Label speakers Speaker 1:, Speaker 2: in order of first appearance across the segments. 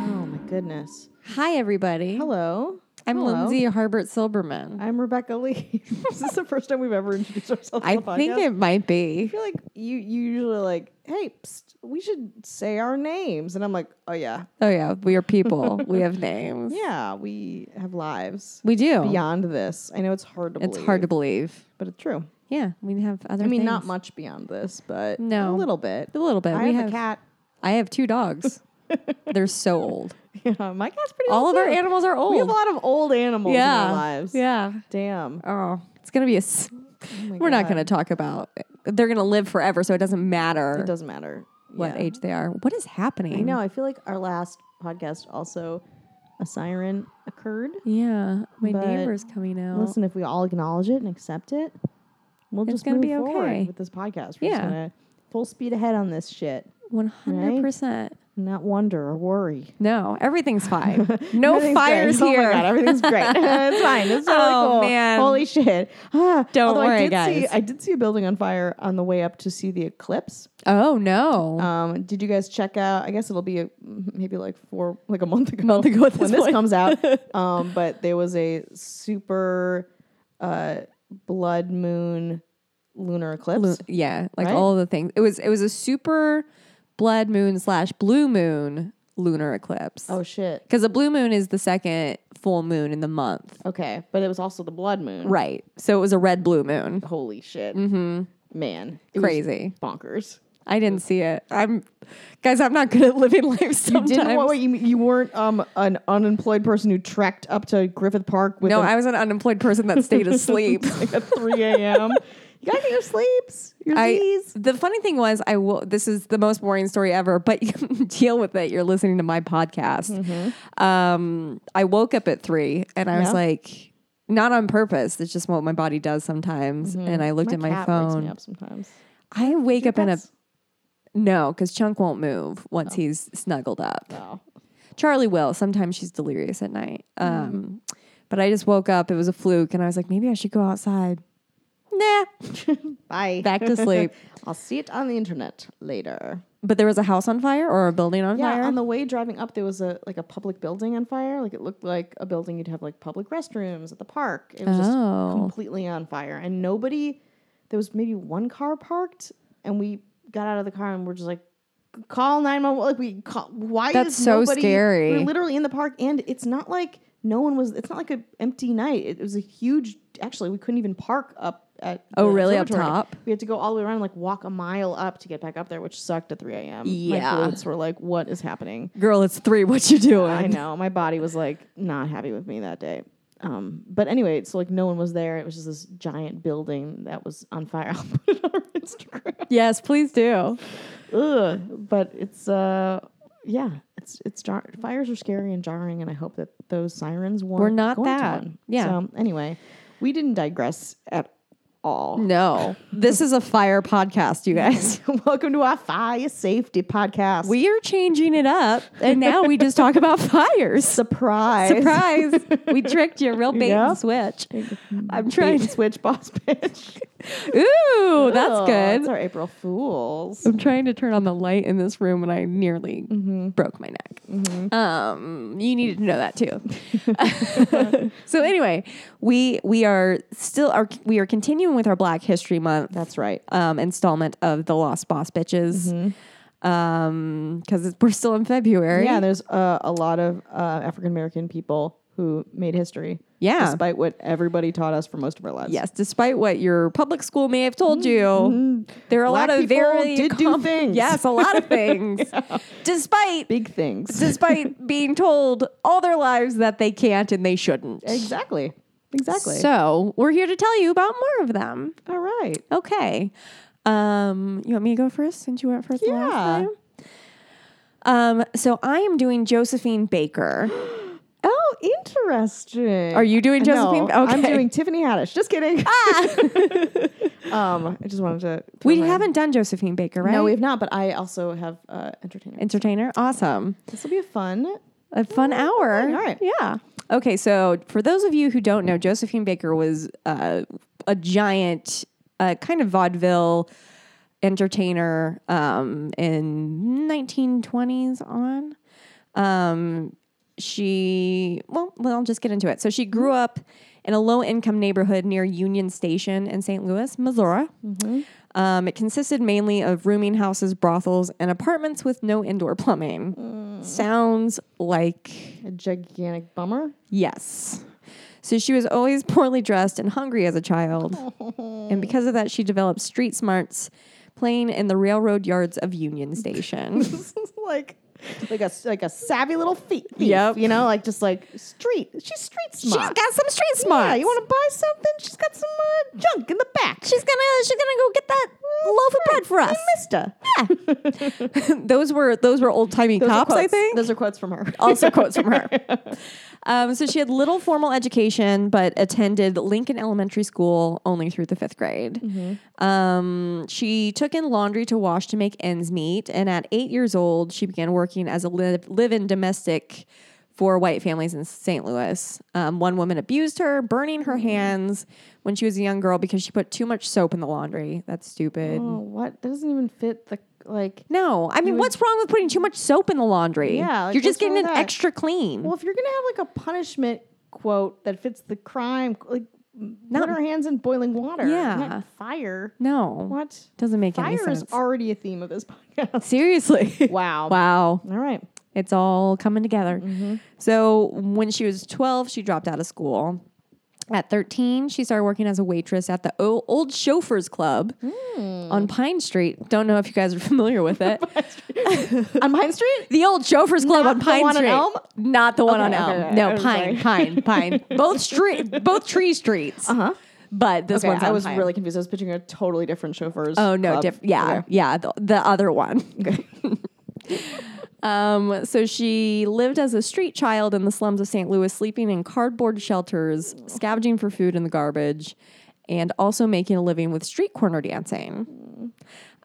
Speaker 1: Oh goodness.
Speaker 2: Hi, everybody.
Speaker 1: Hello.
Speaker 2: I'm
Speaker 1: Hello.
Speaker 2: Lindsay Harbert Silberman.
Speaker 1: I'm Rebecca Lee. Is this the first time we've ever introduced ourselves?
Speaker 2: I
Speaker 1: on the
Speaker 2: think
Speaker 1: podcast?
Speaker 2: it might
Speaker 1: I
Speaker 2: be.
Speaker 1: feel like you you usually are like, hey, psst, we should say our names, and I'm like, oh yeah,
Speaker 2: Oh, yeah. We are people. we have names.
Speaker 1: yeah, we have lives
Speaker 2: We do.
Speaker 1: beyond this. I know it's hard to.
Speaker 2: It's
Speaker 1: believe,
Speaker 2: hard to believe.
Speaker 1: but it's true.
Speaker 2: Yeah. We have other
Speaker 1: I mean, not
Speaker 2: things.
Speaker 1: much beyond this, but
Speaker 2: No.
Speaker 1: a little bit.
Speaker 2: A little bit.
Speaker 1: I
Speaker 2: we
Speaker 1: have,
Speaker 2: have
Speaker 1: a cat.
Speaker 2: I have two dogs. They're so old.
Speaker 1: Yeah, my cat's pretty.
Speaker 2: All
Speaker 1: old
Speaker 2: of our
Speaker 1: too.
Speaker 2: animals are old.
Speaker 1: We have a lot of old animals
Speaker 2: yeah.
Speaker 1: in our lives.
Speaker 2: Yeah.
Speaker 1: Damn.
Speaker 2: Oh, it's going to be a. S-
Speaker 1: Oh my
Speaker 2: We're not
Speaker 1: God.
Speaker 2: going to talk about. They're going to live forever, so it doesn't matter
Speaker 1: It doesn't matter
Speaker 2: what
Speaker 1: Yeah.
Speaker 2: age they are. What is happening?
Speaker 1: I know. I feel like our last podcast also a siren occurred.
Speaker 2: Yeah. My
Speaker 1: But
Speaker 2: neighbor's coming out.
Speaker 1: Listen, if we all acknowledge it and accept it, we'll
Speaker 2: It's
Speaker 1: just
Speaker 2: gonna
Speaker 1: move
Speaker 2: be
Speaker 1: forward
Speaker 2: okay.
Speaker 1: with this podcast. We're
Speaker 2: Yeah.
Speaker 1: just gonna full speed ahead on this shit.
Speaker 2: 100%.
Speaker 1: and Not wonder or worry.
Speaker 2: No, everything's fine. No
Speaker 1: Everything's
Speaker 2: fires
Speaker 1: great.
Speaker 2: here.
Speaker 1: Oh my god, everything's great. it's fine. It's totally
Speaker 2: Oh,
Speaker 1: cool.
Speaker 2: man.
Speaker 1: Holy shit. Ah,
Speaker 2: Don't
Speaker 1: although I
Speaker 2: worry,
Speaker 1: did see-
Speaker 2: guys.
Speaker 1: I did see a building on fire on the way up to see the eclipse.
Speaker 2: Oh no.
Speaker 1: Um, did you guys check out? I guess it'll be a, maybe like four, like a month ago.
Speaker 2: Month ago at this
Speaker 1: when this
Speaker 2: point.
Speaker 1: comes out. Um, but there was a super uh, blood moon lunar eclipse.
Speaker 2: Lu- yeah, like
Speaker 1: Right?
Speaker 2: all the things. It was it was a super blood moon slash blue moon lunar eclipse.
Speaker 1: oh shit!
Speaker 2: Because a blue moon is the second full moon in the month.
Speaker 1: Okay, but it was also the blood moon.
Speaker 2: Right. So it was a red blue moon.
Speaker 1: Holy shit,
Speaker 2: hmm
Speaker 1: man! It was
Speaker 2: Crazy.
Speaker 1: bonkers.
Speaker 2: I didn't see it. I'm guys, I'm not good at living life sometimes.
Speaker 1: Didn't what, what you you weren't um an unemployed person who trekked up to Griffith Park with
Speaker 2: no,
Speaker 1: a-
Speaker 2: I was an unemployed person that stayed asleep.
Speaker 1: like at three a.m. you gotta get your sleeps, your
Speaker 2: I,
Speaker 1: Z's.
Speaker 2: the funny thing was, I will. This is the most boring story ever, but you can deal with it. You're listening to my podcast. Um, I woke up at three, and I was
Speaker 1: Mm-hmm. Yeah.
Speaker 2: like, not on purpose. It's just what my body does sometimes. And I looked at my
Speaker 1: Mm-hmm. cat wakes me
Speaker 2: phone.
Speaker 1: up sometimes.
Speaker 2: I wake up in a
Speaker 1: That's-
Speaker 2: no, because Chunk won't move
Speaker 1: Oh.
Speaker 2: once he's snuggled up.
Speaker 1: Wow.
Speaker 2: Charlie will. Sometimes she's delirious at night. Um, but I just woke up. It was a fluke, and I was like, maybe I should go outside. Nah,
Speaker 1: Bye.
Speaker 2: back to sleep.
Speaker 1: I'll see it on the internet later.
Speaker 2: But there was a house on fire or a building on
Speaker 1: Yeah,
Speaker 2: fire.
Speaker 1: on the way driving up, there was a like a public building on fire. Like it looked like a building you'd have like public restrooms at the park. It was
Speaker 2: Oh.
Speaker 1: just completely on fire, and nobody. There was maybe one car parked, and we got out of the car and we're just like, call nine one one. Like we call. Why
Speaker 2: That's
Speaker 1: is
Speaker 2: so
Speaker 1: nobody-
Speaker 2: scary.
Speaker 1: We're literally in the park, and it's not like no one was. It's not like an empty night. It, was a huge. Actually, we couldn't even park up. At
Speaker 2: Oh,
Speaker 1: the
Speaker 2: really? Up
Speaker 1: observatory.
Speaker 2: top?
Speaker 1: We had to go all the way around, and, like walk a mile up to get back up there, which sucked at 3 a.m.
Speaker 2: Yeah.
Speaker 1: My glutes were like, what is happening?
Speaker 2: Girl, it's three. What you doing?
Speaker 1: I know. My body was like not happy with me that day. Um, but anyway, so like no one was there. It was just this giant building that was on fire. I'll put it on our Instagram.
Speaker 2: Yes, please do.
Speaker 1: Ugh. But it's uh yeah, it's it's jar- fires are scary and jarring, and I hope that those sirens weren't.
Speaker 2: We're not
Speaker 1: going to
Speaker 2: that.
Speaker 1: one.
Speaker 2: Yeah.
Speaker 1: So anyway, we didn't digress at all.
Speaker 2: No, this is a fire podcast, you guys.
Speaker 1: Welcome to our fire safety podcast.
Speaker 2: We are changing it up, and now we just talk about fires.
Speaker 1: surprise.
Speaker 2: Surprise! we tricked you, real bait
Speaker 1: Yeah.
Speaker 2: and switch. I'm
Speaker 1: Bait
Speaker 2: trying.
Speaker 1: and switch boss bitch.
Speaker 2: Ooh,
Speaker 1: Ugh,
Speaker 2: Oh, that's
Speaker 1: It's
Speaker 2: good.
Speaker 1: our April Fools.
Speaker 2: I'm trying to turn on the light in this room, and I nearly broke my neck. Um, you needed to know that too. so anyway, we we are still are we are continuing with our Black History Month.
Speaker 1: That's right.
Speaker 2: um, installment of the Lost Boss Bitches. Um, because we're still in February.
Speaker 1: Mm-hmm. Yeah, there's uh, a lot of uh, African American people who made history.
Speaker 2: Yeah.
Speaker 1: Despite what everybody taught us for most of our lives.
Speaker 2: Yes, despite what your public school may have told you, there are a
Speaker 1: Mm-hmm. Black
Speaker 2: lot of
Speaker 1: people
Speaker 2: very
Speaker 1: did do
Speaker 2: com-
Speaker 1: things.
Speaker 2: Yes, a lot of things. Despite
Speaker 1: Big things.
Speaker 2: despite being told all their lives that they can't and they shouldn't.
Speaker 1: exactly. Exactly.
Speaker 2: So we're here to tell you about more of them.
Speaker 1: All right.
Speaker 2: Okay. Um, you want me to go first since you went first the last
Speaker 1: Yeah.
Speaker 2: time? Um, so I am doing Josephine Baker.
Speaker 1: Oh, interesting.
Speaker 2: Are you doing Josephine?
Speaker 1: No, I'm
Speaker 2: Okay. Ah!
Speaker 1: doing Tiffany Haddish. Just kidding. um, I just wanted to. throw
Speaker 2: We
Speaker 1: my-
Speaker 2: haven't done Josephine Baker, right?
Speaker 1: No, we have not. But I also have uh, entertainer.
Speaker 2: entertainer. Awesome.
Speaker 1: This will be a fun.
Speaker 2: A fun hour.
Speaker 1: all right.
Speaker 2: Yeah. Okay, so for those of you who don't know, Josephine Baker was uh, a giant, uh, kind of vaudeville entertainer um, in 1920s on. Um, she well, well, I'll just get into it. So she
Speaker 1: Mm-hmm.
Speaker 2: grew up in a low-income neighborhood near Union Station in St. Louis, Missouri.
Speaker 1: Mm-hmm.
Speaker 2: Um, it consisted mainly of rooming houses, brothels, and apartments with no indoor plumbing.
Speaker 1: Mm.
Speaker 2: Sounds like
Speaker 1: A gigantic bummer.
Speaker 2: Yes. So she was always poorly dressed and hungry as a child. And because of that, she developed street smarts playing in the railroad yards of Union Station.
Speaker 1: This is like like a like a savvy little thief.
Speaker 2: Yep.
Speaker 1: You know, like just like street. She's street
Speaker 2: She's
Speaker 1: smart.
Speaker 2: got some street smarts.
Speaker 1: yeah, you want to buy something? She's got some uh, junk in the back.
Speaker 2: she's gonna she's gonna go get that loaf of bread
Speaker 1: Mm,
Speaker 2: for us.
Speaker 1: Mister.
Speaker 2: those were those were old timey
Speaker 1: Those are
Speaker 2: cops, I
Speaker 1: quotes.
Speaker 2: think.
Speaker 1: Those are quotes from her.
Speaker 2: also quotes from her. Um, so she had little formal education, but attended Lincoln Elementary School only through the fifth grade.
Speaker 1: Mm-hmm.
Speaker 2: Um, she took in laundry to wash to make ends meet, and at eight years old, she began working as a live- live-in domestic for white families in St. Louis. Um, one woman abused her, burning her
Speaker 1: Mm-hmm.
Speaker 2: hands when she was a young girl because she put too much soap in the laundry. That's stupid.
Speaker 1: Oh, what? That doesn't even fit the like.
Speaker 2: No, I mean, what's wrong with putting too much soap in the laundry?
Speaker 1: Yeah, like,
Speaker 2: you're just
Speaker 1: what's wrong
Speaker 2: getting it
Speaker 1: with that?
Speaker 2: extra clean.
Speaker 1: Well, if you're gonna have like a punishment quote that fits the crime, like put our hands in boiling water.
Speaker 2: Yeah.
Speaker 1: not fire.
Speaker 2: no,
Speaker 1: What?
Speaker 2: doesn't make any
Speaker 1: Fire
Speaker 2: sense.
Speaker 1: is already a theme of this podcast.
Speaker 2: Seriously.
Speaker 1: Wow.
Speaker 2: wow.
Speaker 1: All right.
Speaker 2: It's all coming together.
Speaker 1: Mm-hmm.
Speaker 2: So when she was 12, she dropped out of school. At 13, she started working as a waitress at the o- Old Chauffeurs Club
Speaker 1: Hmm.
Speaker 2: on Pine Street. Don't know if you guys are familiar with it.
Speaker 1: On Pine Street.
Speaker 2: the Old Chauffeurs Club
Speaker 1: Not
Speaker 2: on
Speaker 1: the
Speaker 2: Pine
Speaker 1: one on
Speaker 2: Street.
Speaker 1: Elm?
Speaker 2: Not the one on
Speaker 1: Okay, okay,
Speaker 2: Elm.
Speaker 1: okay.
Speaker 2: No,
Speaker 1: I'm sorry.
Speaker 2: Pine, Pine, Pine. Both street both tree streets.
Speaker 1: Uh-huh.
Speaker 2: But this
Speaker 1: Okay,
Speaker 2: one's on
Speaker 1: I was
Speaker 2: Pine.
Speaker 1: really confused. I was picturing a totally different chauffeur's.
Speaker 2: Oh no,
Speaker 1: club.
Speaker 2: diff- yeah,
Speaker 1: Okay.
Speaker 2: yeah, the, the other one. um, so she lived as a street child in the slums of St. Louis, sleeping in cardboard shelters, scavenging for food in the garbage, and also making a living with street corner dancing.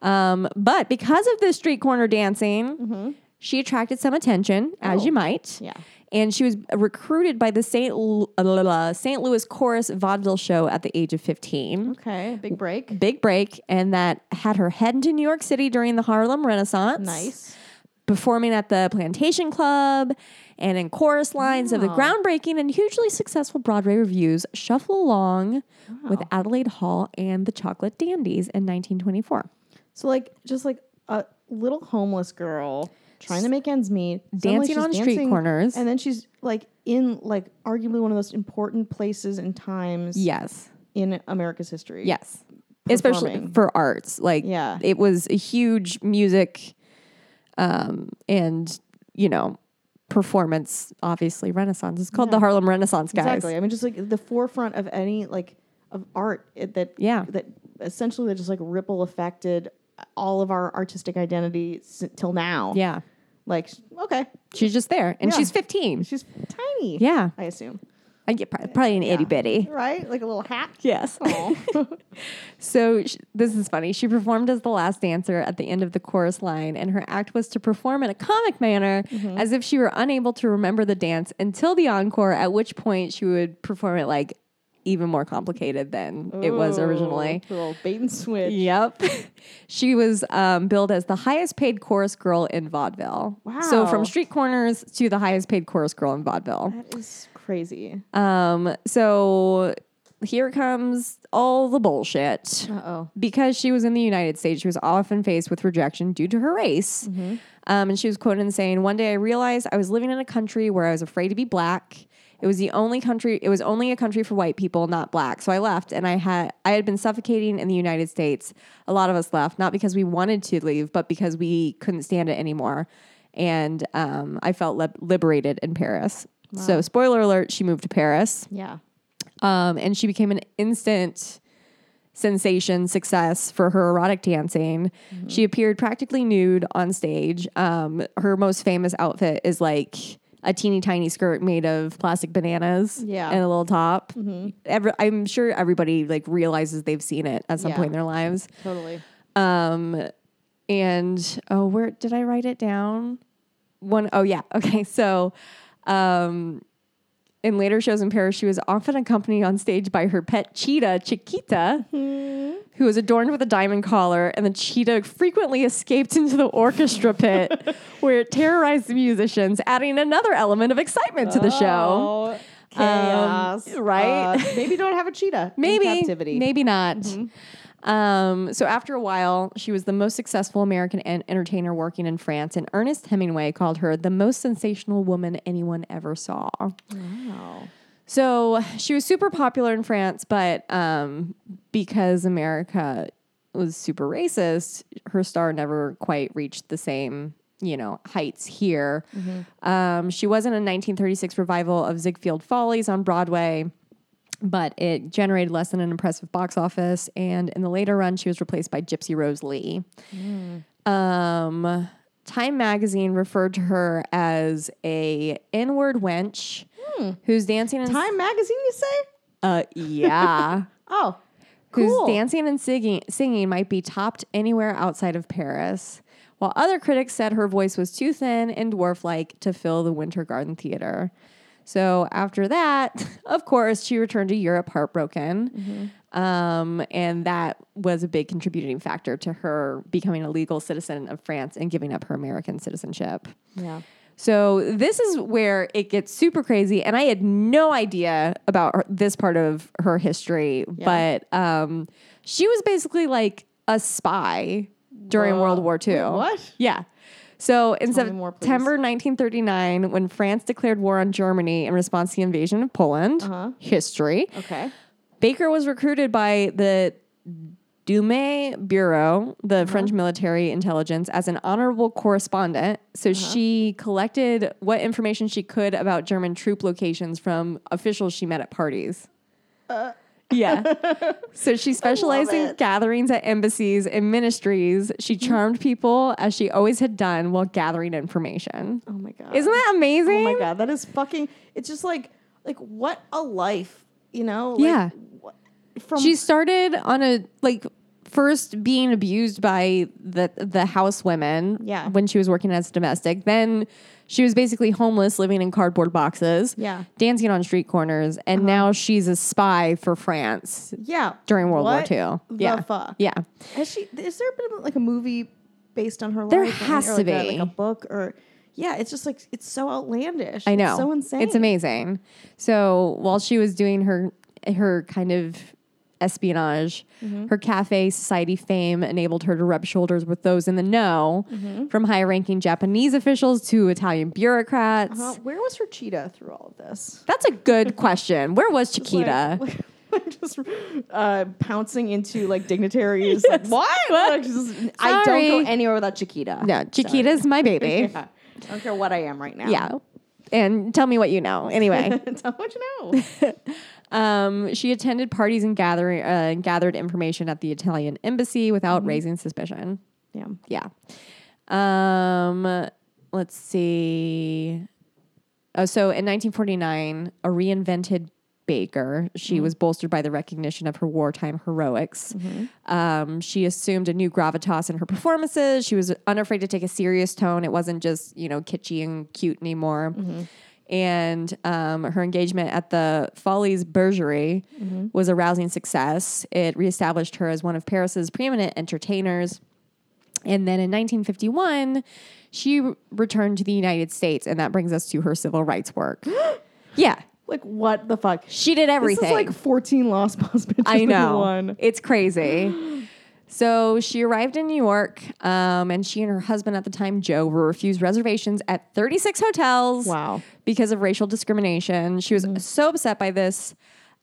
Speaker 2: Um, but because of this street corner dancing, she attracted some attention, as you might.
Speaker 1: Mm-hmm. Oh, Yeah.
Speaker 2: And she was recruited by the St. L- uh, la- la- St. Louis Chorus Vaudeville Show at the age of 15
Speaker 1: Okay. Big break.
Speaker 2: big break and that had her head into New York City during the Harlem Renaissance.
Speaker 1: Nice.
Speaker 2: Performing at the Plantation Club and in chorus lines of the groundbreaking and hugely successful Broadway reviews, Shuffle Along with Adelaide Hall and the Chocolate Dandies in 1924.
Speaker 1: So like just like a little homeless girl trying to make ends meet, suddenly
Speaker 2: Dancing
Speaker 1: she's
Speaker 2: on street corners.
Speaker 1: and then she's like in like arguably one of the most important places and times
Speaker 2: yes.
Speaker 1: in America's history.
Speaker 2: Yes. Especially
Speaker 1: Performing.
Speaker 2: for arts. Like,
Speaker 1: Yeah.
Speaker 2: it was a huge music um, and, you know, performance, obviously, Renaissance. It's called the Harlem Renaissance, guys.
Speaker 1: exactly. I mean, just like the forefront of any like of art it, that
Speaker 2: Yeah.
Speaker 1: that essentially that just like ripple affected all of our artistic identity s- till now.
Speaker 2: Yeah.
Speaker 1: Like okay,
Speaker 2: She's just there, and
Speaker 1: Yeah.
Speaker 2: she's 15.
Speaker 1: she's tiny.
Speaker 2: Yeah,
Speaker 1: I assume
Speaker 2: I get prob- probably an itty bitty.
Speaker 1: right, like a little hat.
Speaker 2: Yes.
Speaker 1: Aw.
Speaker 2: So sh this is funny. She performed as the last dancer at the end of the chorus line, and her act was to perform in a comic manner,
Speaker 1: Mm-hmm.
Speaker 2: as if she were unable to remember the dance until the encore. At which point, she would perform it like even more complicated than it was originally.
Speaker 1: Ooh, little bait and switch.
Speaker 2: Yep. she was um, billed as the highest paid chorus girl in vaudeville. So
Speaker 1: Wow.
Speaker 2: from street corners to the highest paid chorus girl in vaudeville.
Speaker 1: That is crazy.
Speaker 2: Um, so here comes all the bullshit.
Speaker 1: oh.
Speaker 2: Because she was in the United States, she was often faced with rejection due to her race. Um, and she was quoted in saying, One day I realized I was living in a country where I was afraid to be black. It was the only country, it was only a country for white people, not black. So I left and I had I had been suffocating in the United States. A lot of us left, not because we wanted to leave, but because we couldn't stand it anymore. And um, I felt lib- liberated in Paris. So, spoiler alert, she moved to Paris
Speaker 1: Yeah.
Speaker 2: um, and she became an instant sensation success for her erotic dancing.
Speaker 1: Mm-hmm.
Speaker 2: She appeared practically nude on stage. Um, her most famous outfit is like a teeny tiny skirt made of plastic bananas
Speaker 1: Yeah. Mm-hmm.
Speaker 2: and a little top. Every, I'm sure everybody like realizes they've seen it at some
Speaker 1: Yeah.
Speaker 2: point in their lives.
Speaker 1: Totally.
Speaker 2: Um, and oh, where did I write it down? One, oh yeah, okay. So, um, In later shows in Paris, she was often accompanied on stage by her pet cheetah, Chiquita, who was adorned with a diamond collar. And the cheetah frequently escaped into the orchestra pit, where it terrorized the musicians, adding another element of excitement to the show. Um,
Speaker 1: Oh, chaos,
Speaker 2: right?
Speaker 1: Uh, maybe don't have a cheetah. in
Speaker 2: Maybe,
Speaker 1: captivity. Mm-hmm.
Speaker 2: maybe not. Um, so after a while, she was the most successful American en- entertainer working in France, and Ernest Hemingway called her the most sensational woman anyone ever saw.
Speaker 1: Wow.
Speaker 2: So she was super popular in France, but um, because America was super racist, her star never quite reached the same, you know, heights here.
Speaker 1: Mm-hmm.
Speaker 2: Um, she was in a 1936 revival of Ziegfeld Follies on Broadway, but it generated less than an impressive box office. And in the later run, she was replaced by Gypsy Rose Lee. Um, Time magazine referred to her as a inward wench who's dancing in
Speaker 1: Time magazine, you say?
Speaker 2: uh, yeah.
Speaker 1: Oh,
Speaker 2: Whose
Speaker 1: cool.
Speaker 2: dancing and singing, singing might be topped anywhere outside of Paris. While other critics said her voice was too thin and dwarf like to fill the Winter Garden Theater. So after that, of course, she returned to Europe heartbroken. Um, and that was a big contributing factor to her becoming a legal citizen of France and giving up her American citizenship.
Speaker 1: yeah.
Speaker 2: So this is where it gets super crazy, and I had no idea about her, this part of her history. But um, she was basically like a spy during
Speaker 1: Whoa.
Speaker 2: World War II.
Speaker 1: what?
Speaker 2: Yeah. So in
Speaker 1: Tell me more, please.
Speaker 2: September 1939, when France declared war on Germany in response to the invasion of Poland,
Speaker 1: Uh-huh.
Speaker 2: history,
Speaker 1: Okay.
Speaker 2: Baker was recruited by the Dume Bureau, the
Speaker 1: Uh-huh.
Speaker 2: French military intelligence, as an honorable correspondent. So
Speaker 1: Uh-huh.
Speaker 2: she collected what information she could about German troop locations from officials she met at parties. Yeah. so she specialized in
Speaker 1: Uh. it. Mm-hmm.
Speaker 2: gatherings at embassies and ministries. She charmed people as she always had done while gathering information.
Speaker 1: Oh my god.
Speaker 2: Isn't that amazing?
Speaker 1: Oh my god, that is fucking. It's just like, like what a life, you know? Like,
Speaker 2: Yeah.
Speaker 1: wh- From
Speaker 2: She started on a like first being abused by the the house women
Speaker 1: Yeah.
Speaker 2: when she was working as a domestic. Then she was basically homeless, living in cardboard boxes,
Speaker 1: Yeah. Uh-huh.
Speaker 2: dancing on street corners, and now she's a spy for France
Speaker 1: yeah
Speaker 2: during World
Speaker 1: What
Speaker 2: War II.
Speaker 1: The
Speaker 2: yeah.
Speaker 1: fuck?
Speaker 2: Yeah.
Speaker 1: Has she? Is there been like a movie based on her
Speaker 2: There
Speaker 1: life? or
Speaker 2: has to
Speaker 1: like A,
Speaker 2: be.
Speaker 1: like a book or. Yeah, it's just like it's so outlandish.
Speaker 2: I know.
Speaker 1: It's so insane.
Speaker 2: It's amazing. So while she was doing her her kind of espionage,
Speaker 1: Mm-hmm.
Speaker 2: her cafe society fame enabled her to rub shoulders with those in the know,
Speaker 1: Mm-hmm.
Speaker 2: from high ranking Japanese officials to Italian bureaucrats.
Speaker 1: Uh, where was her cheetah through all of this?
Speaker 2: That's a good question. Where was
Speaker 1: It's like-
Speaker 2: Chiquita?
Speaker 1: like, just uh, pouncing into like dignitaries. Like, what? Like, just- I don't
Speaker 2: Sorry.
Speaker 1: go anywhere without Chiquita.
Speaker 2: no, Chiquita's my baby.
Speaker 1: Sorry. Yeah. I don't care what I am right now.
Speaker 2: yeah. And tell me what you know. Anyway.
Speaker 1: Tell me what you know.
Speaker 2: Um, she attended parties and gathering uh, and gathered information at the Italian embassy without
Speaker 1: Mm-hmm.
Speaker 2: raising suspicion.
Speaker 1: Yeah.
Speaker 2: Yeah. Um, let's see. Oh, so in 1949, a reinvented Baker. She was bolstered by the recognition of her wartime heroics. Um, she assumed a new gravitas in her performances. She was unafraid to take a serious tone. It wasn't just, you know, kitschy and cute anymore. And um, her engagement at the Follies Bergerie was a rousing success. It reestablished her as one of Paris's preeminent entertainers. And then in 1951, she re- returned to the United States, and that brings us to her civil rights work. yeah,
Speaker 1: Like what the fuck?
Speaker 2: she did
Speaker 1: This
Speaker 2: everything.
Speaker 1: is like 14 lost boss bitches.
Speaker 2: I
Speaker 1: in
Speaker 2: know.
Speaker 1: One.
Speaker 2: It's crazy. So she arrived in New York, um, and she and her husband at the time, Joe, were refused reservations at 36 hotels.
Speaker 1: Wow.
Speaker 2: Because of racial discrimination. She was so upset by this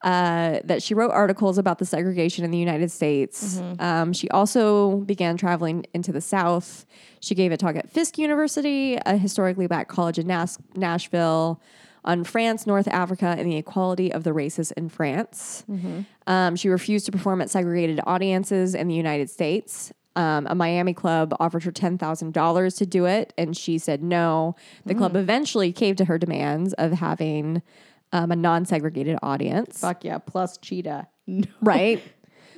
Speaker 2: uh, that she wrote articles about the segregation in the United States. Um, she also began traveling into the South. She gave a talk at Fisk University, a historically black college in Nas- Nashville, on France, North Africa, and the equality of the races in France. Um, she refused to perform at segregated audiences in the United States. Um, a Miami club offered her $10,000 to do it, and she said no. The club eventually caved to her demands of having um, a non segregated audience.
Speaker 1: Fuck yeah. Plus cheetah. No.
Speaker 2: Right?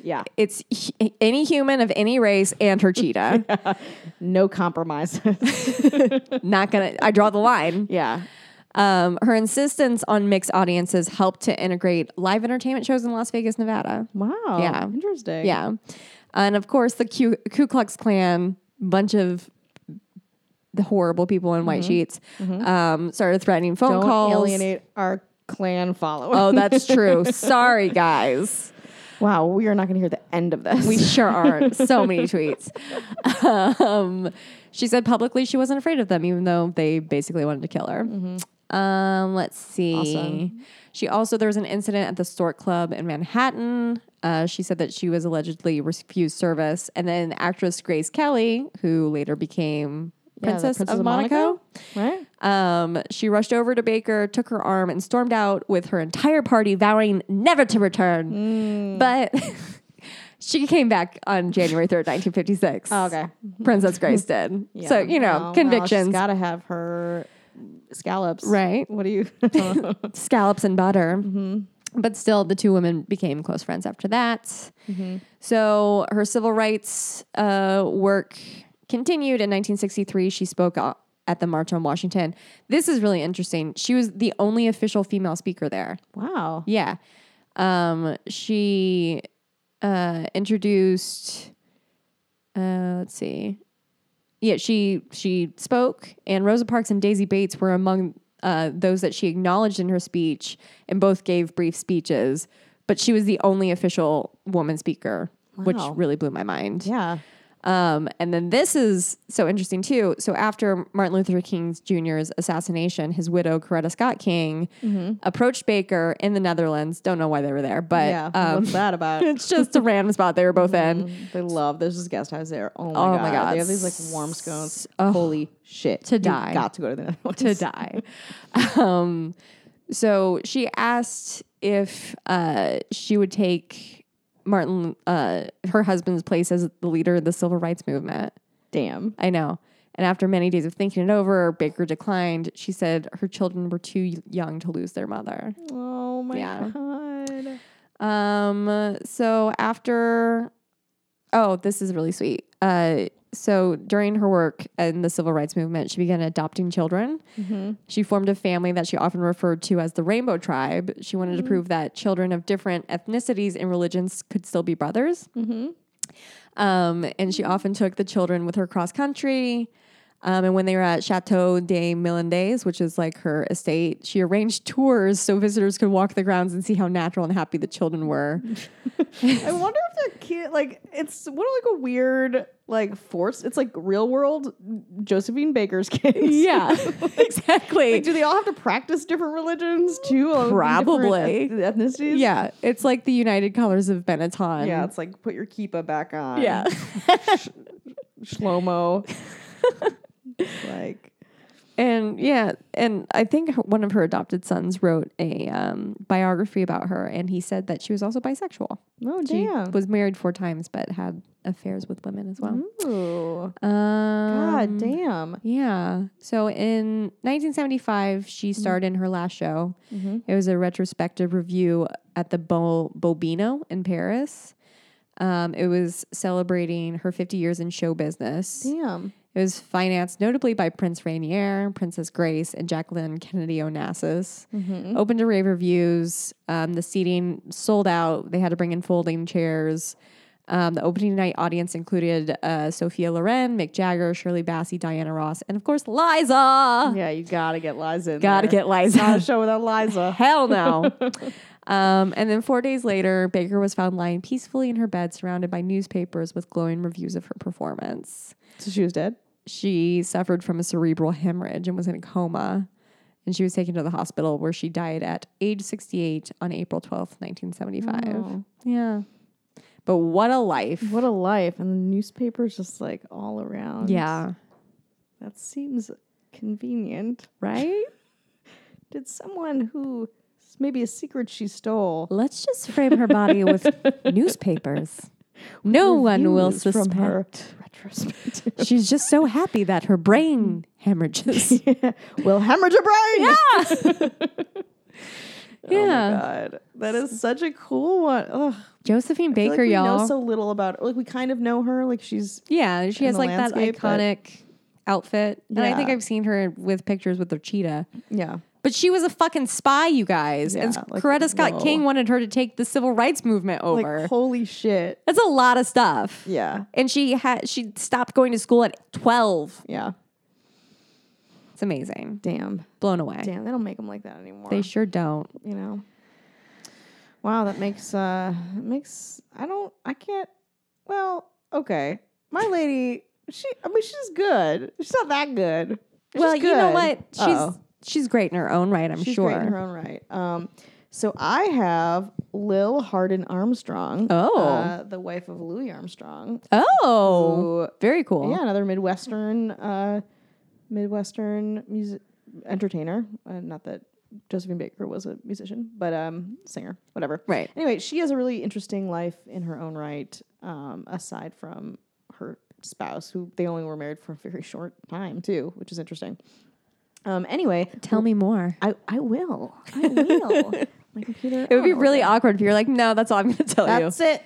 Speaker 1: Yeah.
Speaker 2: It's h- any human of any race and her cheetah.
Speaker 1: No compromises.
Speaker 2: Not gonna, I draw the line.
Speaker 1: yeah.
Speaker 2: Um, her insistence on mixed audiences helped to integrate live entertainment shows in Las Vegas, Nevada.
Speaker 1: Wow.
Speaker 2: Yeah.
Speaker 1: Oh, Interesting.
Speaker 2: Yeah. And of course, the Ku, Ku Klux Klan, bunch of the horrible people in white sheets, um, started threatening phone
Speaker 1: Mm-hmm. Don't
Speaker 2: calls.
Speaker 1: alienate our clan followers.
Speaker 2: Oh, that's true. Sorry, guys.
Speaker 1: wow. We are not going to hear the end of this.
Speaker 2: We sure aren't. So many tweets. Um, she said publicly she wasn't afraid of them, even though they basically wanted to kill her. Um, let's see.
Speaker 1: Mm-hmm. Awesome.
Speaker 2: She also, there was an incident at the Stork Club in Manhattan. Uh, she said that she was allegedly refused service. And then actress Grace Kelly, who later became
Speaker 1: Yeah, the
Speaker 2: Princess,
Speaker 1: Princess
Speaker 2: of,
Speaker 1: of Monaco?
Speaker 2: Monaco
Speaker 1: right?
Speaker 2: um, she rushed over to Baker, took her arm, and stormed out with her entire party, vowing never to return.
Speaker 1: Hmm.
Speaker 2: But she came back on January 3rd, 1956.
Speaker 1: Oh, okay.
Speaker 2: Princess Grace did.
Speaker 1: Yeah.
Speaker 2: So, you know,
Speaker 1: Well, well,
Speaker 2: convictions,
Speaker 1: she's got to have her scallops.
Speaker 2: Right.
Speaker 1: What do you?
Speaker 2: scallops, and butter. But still, the two women became close friends after that. So her civil rights uh, work continued in 1963. She spoke o- at the March on Washington. This is really interesting. She was the only official female speaker there.
Speaker 1: wow.
Speaker 2: Yeah. Um, she uh, introduced. Uh, let's see. Yeah, she she spoke, and Rosa Parks and Daisy Bates were among uh, those that she acknowledged in her speech, and both gave brief speeches. But she was the only official woman speaker, which
Speaker 1: Wow.
Speaker 2: really blew my mind.
Speaker 1: Yeah.
Speaker 2: Um, and then this is so interesting too. So after Martin Luther King Jr.'s assassination, his widow Coretta Scott King approached Baker in the Netherlands. Don't know why they were there, but
Speaker 1: yeah. Mm-hmm.
Speaker 2: um,
Speaker 1: What's that about?
Speaker 2: it's just a random spot they were both in.
Speaker 1: They love. There's this guest house there. Oh my,
Speaker 2: Oh
Speaker 1: god.
Speaker 2: my God.
Speaker 1: They have these like warm scones.
Speaker 2: Oh.
Speaker 1: Holy shit.
Speaker 2: To
Speaker 1: You've
Speaker 2: die.
Speaker 1: Got to go to the Netherlands.
Speaker 2: to die. Um, so she asked if uh, she would take Martin, uh, her husband's place as the leader of the civil rights movement.
Speaker 1: Damn.
Speaker 2: I know. And after many days of thinking it over, Baker declined. She said her children were too young to lose their mother.
Speaker 1: Oh my
Speaker 2: Yeah.
Speaker 1: god.
Speaker 2: Um, so after, oh, this is really sweet. Uh, so during her work in the civil rights movement, she began adopting children. She formed a family that she often referred to as the Rainbow Tribe. She wanted to prove that children of different ethnicities and religions could still be brothers. Um, and she often took the children with her cross country. Um, and when they were at Chateau des Milandes, which is like her estate, she arranged tours so visitors could walk the grounds and see how natural and happy the children were.
Speaker 1: I wonder if that kid like it's what like a weird like force. It's like real world Josephine Baker's kids.
Speaker 2: yeah, exactly.
Speaker 1: Like, do they all have to practice different religions too? All of the
Speaker 2: Probably.
Speaker 1: different eth- ethnicities.
Speaker 2: yeah, it's like the United Colors of Benetton.
Speaker 1: Yeah, it's like put your kippah back on.
Speaker 2: yeah.
Speaker 1: Shlomo. like
Speaker 2: And yeah, and I think her- one of her adopted sons wrote a um, biography about her, and he said that she was also bisexual.
Speaker 1: oh
Speaker 2: She
Speaker 1: damn.
Speaker 2: was married four times, but had affairs with women as well.
Speaker 1: Ooh. God
Speaker 2: Um,
Speaker 1: damn.
Speaker 2: Yeah. So in 1975, she starred in her last show. It was a retrospective review at the Bo- Bobino in Paris. Um, it was celebrating her 50 years in show business.
Speaker 1: Damn.
Speaker 2: It was financed notably by Prince Rainier, Princess Grace, and Jacqueline Kennedy Onassis. Open to rave reviews. Um, the seating sold out. They had to bring in folding chairs. Um, the opening night audience included uh, Sophia Loren, Mick Jagger, Shirley Bassey, Diana Ross, and of course Liza.
Speaker 1: Yeah, you gotta get Liza in
Speaker 2: Gotta
Speaker 1: there.
Speaker 2: get Liza.
Speaker 1: Not a show without Liza.
Speaker 2: Hell no. um, and then four days later, Baker was found lying peacefully in her bed, surrounded by newspapers with glowing reviews of her performance.
Speaker 1: so she was dead?
Speaker 2: she suffered from a cerebral hemorrhage and was in a coma. And she was taken to the hospital where she died at age 68 on April 12th, 1975.
Speaker 1: Oh.
Speaker 2: Yeah. But what a life.
Speaker 1: What a life. And the newspaper's just like all around.
Speaker 2: Yeah.
Speaker 1: That seems convenient.
Speaker 2: Right?
Speaker 1: Did someone who s- maybe a secret she stole
Speaker 2: Let's just frame her body with newspapers. No one will
Speaker 1: reviews
Speaker 2: suspect.
Speaker 1: from her retrospective.
Speaker 2: She's just so happy that her brain hemorrhages.
Speaker 1: will hemorrhage her brain. Yeah.
Speaker 2: yeah.
Speaker 1: God. That is such a cool one. Ugh.
Speaker 2: Josephine
Speaker 1: I feel
Speaker 2: Baker,
Speaker 1: like we
Speaker 2: y'all.
Speaker 1: know so little about like we kind of know her. Like she's
Speaker 2: Yeah, she has
Speaker 1: the
Speaker 2: like that
Speaker 1: landscape, but-
Speaker 2: iconic outfit. And I think
Speaker 1: Yeah.
Speaker 2: I've seen her with pictures with her cheetah.
Speaker 1: yeah.
Speaker 2: But she was a fucking spy, you guys. and
Speaker 1: Yeah, like,
Speaker 2: Coretta Scott
Speaker 1: whoa.
Speaker 2: King wanted her to take the civil rights movement
Speaker 1: Like,
Speaker 2: over.
Speaker 1: holy shit.
Speaker 2: That's a lot of stuff.
Speaker 1: Yeah.
Speaker 2: And she had she stopped going to school at 12.
Speaker 1: Yeah.
Speaker 2: It's amazing.
Speaker 1: Damn.
Speaker 2: Blown away.
Speaker 1: Damn. They don't make them like that anymore.
Speaker 2: They sure don't.
Speaker 1: you know. Wow, that makes uh it makes I don't I can't well, okay. My lady, she I mean she's good. She's not that good. She's
Speaker 2: well, you know
Speaker 1: good.
Speaker 2: what? She's
Speaker 1: Uh-oh.
Speaker 2: she's great in her own right, I'm
Speaker 1: she's
Speaker 2: sure.
Speaker 1: great in her own right. Um so I have Lil Hardin Armstrong.
Speaker 2: Oh.
Speaker 1: Uh, the wife of Louis Armstrong.
Speaker 2: oh.
Speaker 1: who-
Speaker 2: Very cool.
Speaker 1: yeah, another Midwestern, uh, Midwestern music entertainer. Uh, not that Josephine Baker was a musician, but um, singer, whatever.
Speaker 2: Right.
Speaker 1: Anyway, she has a really interesting life in her own right. Um, aside from her spouse, who they only were married for a very short time too, which is interesting. Um, anyway,
Speaker 2: Tell me more.
Speaker 1: I I will I will my computer.
Speaker 2: It would be
Speaker 1: oh,
Speaker 2: really
Speaker 1: okay.
Speaker 2: awkward if you're like, no, that's all I'm going to tell
Speaker 1: That's it.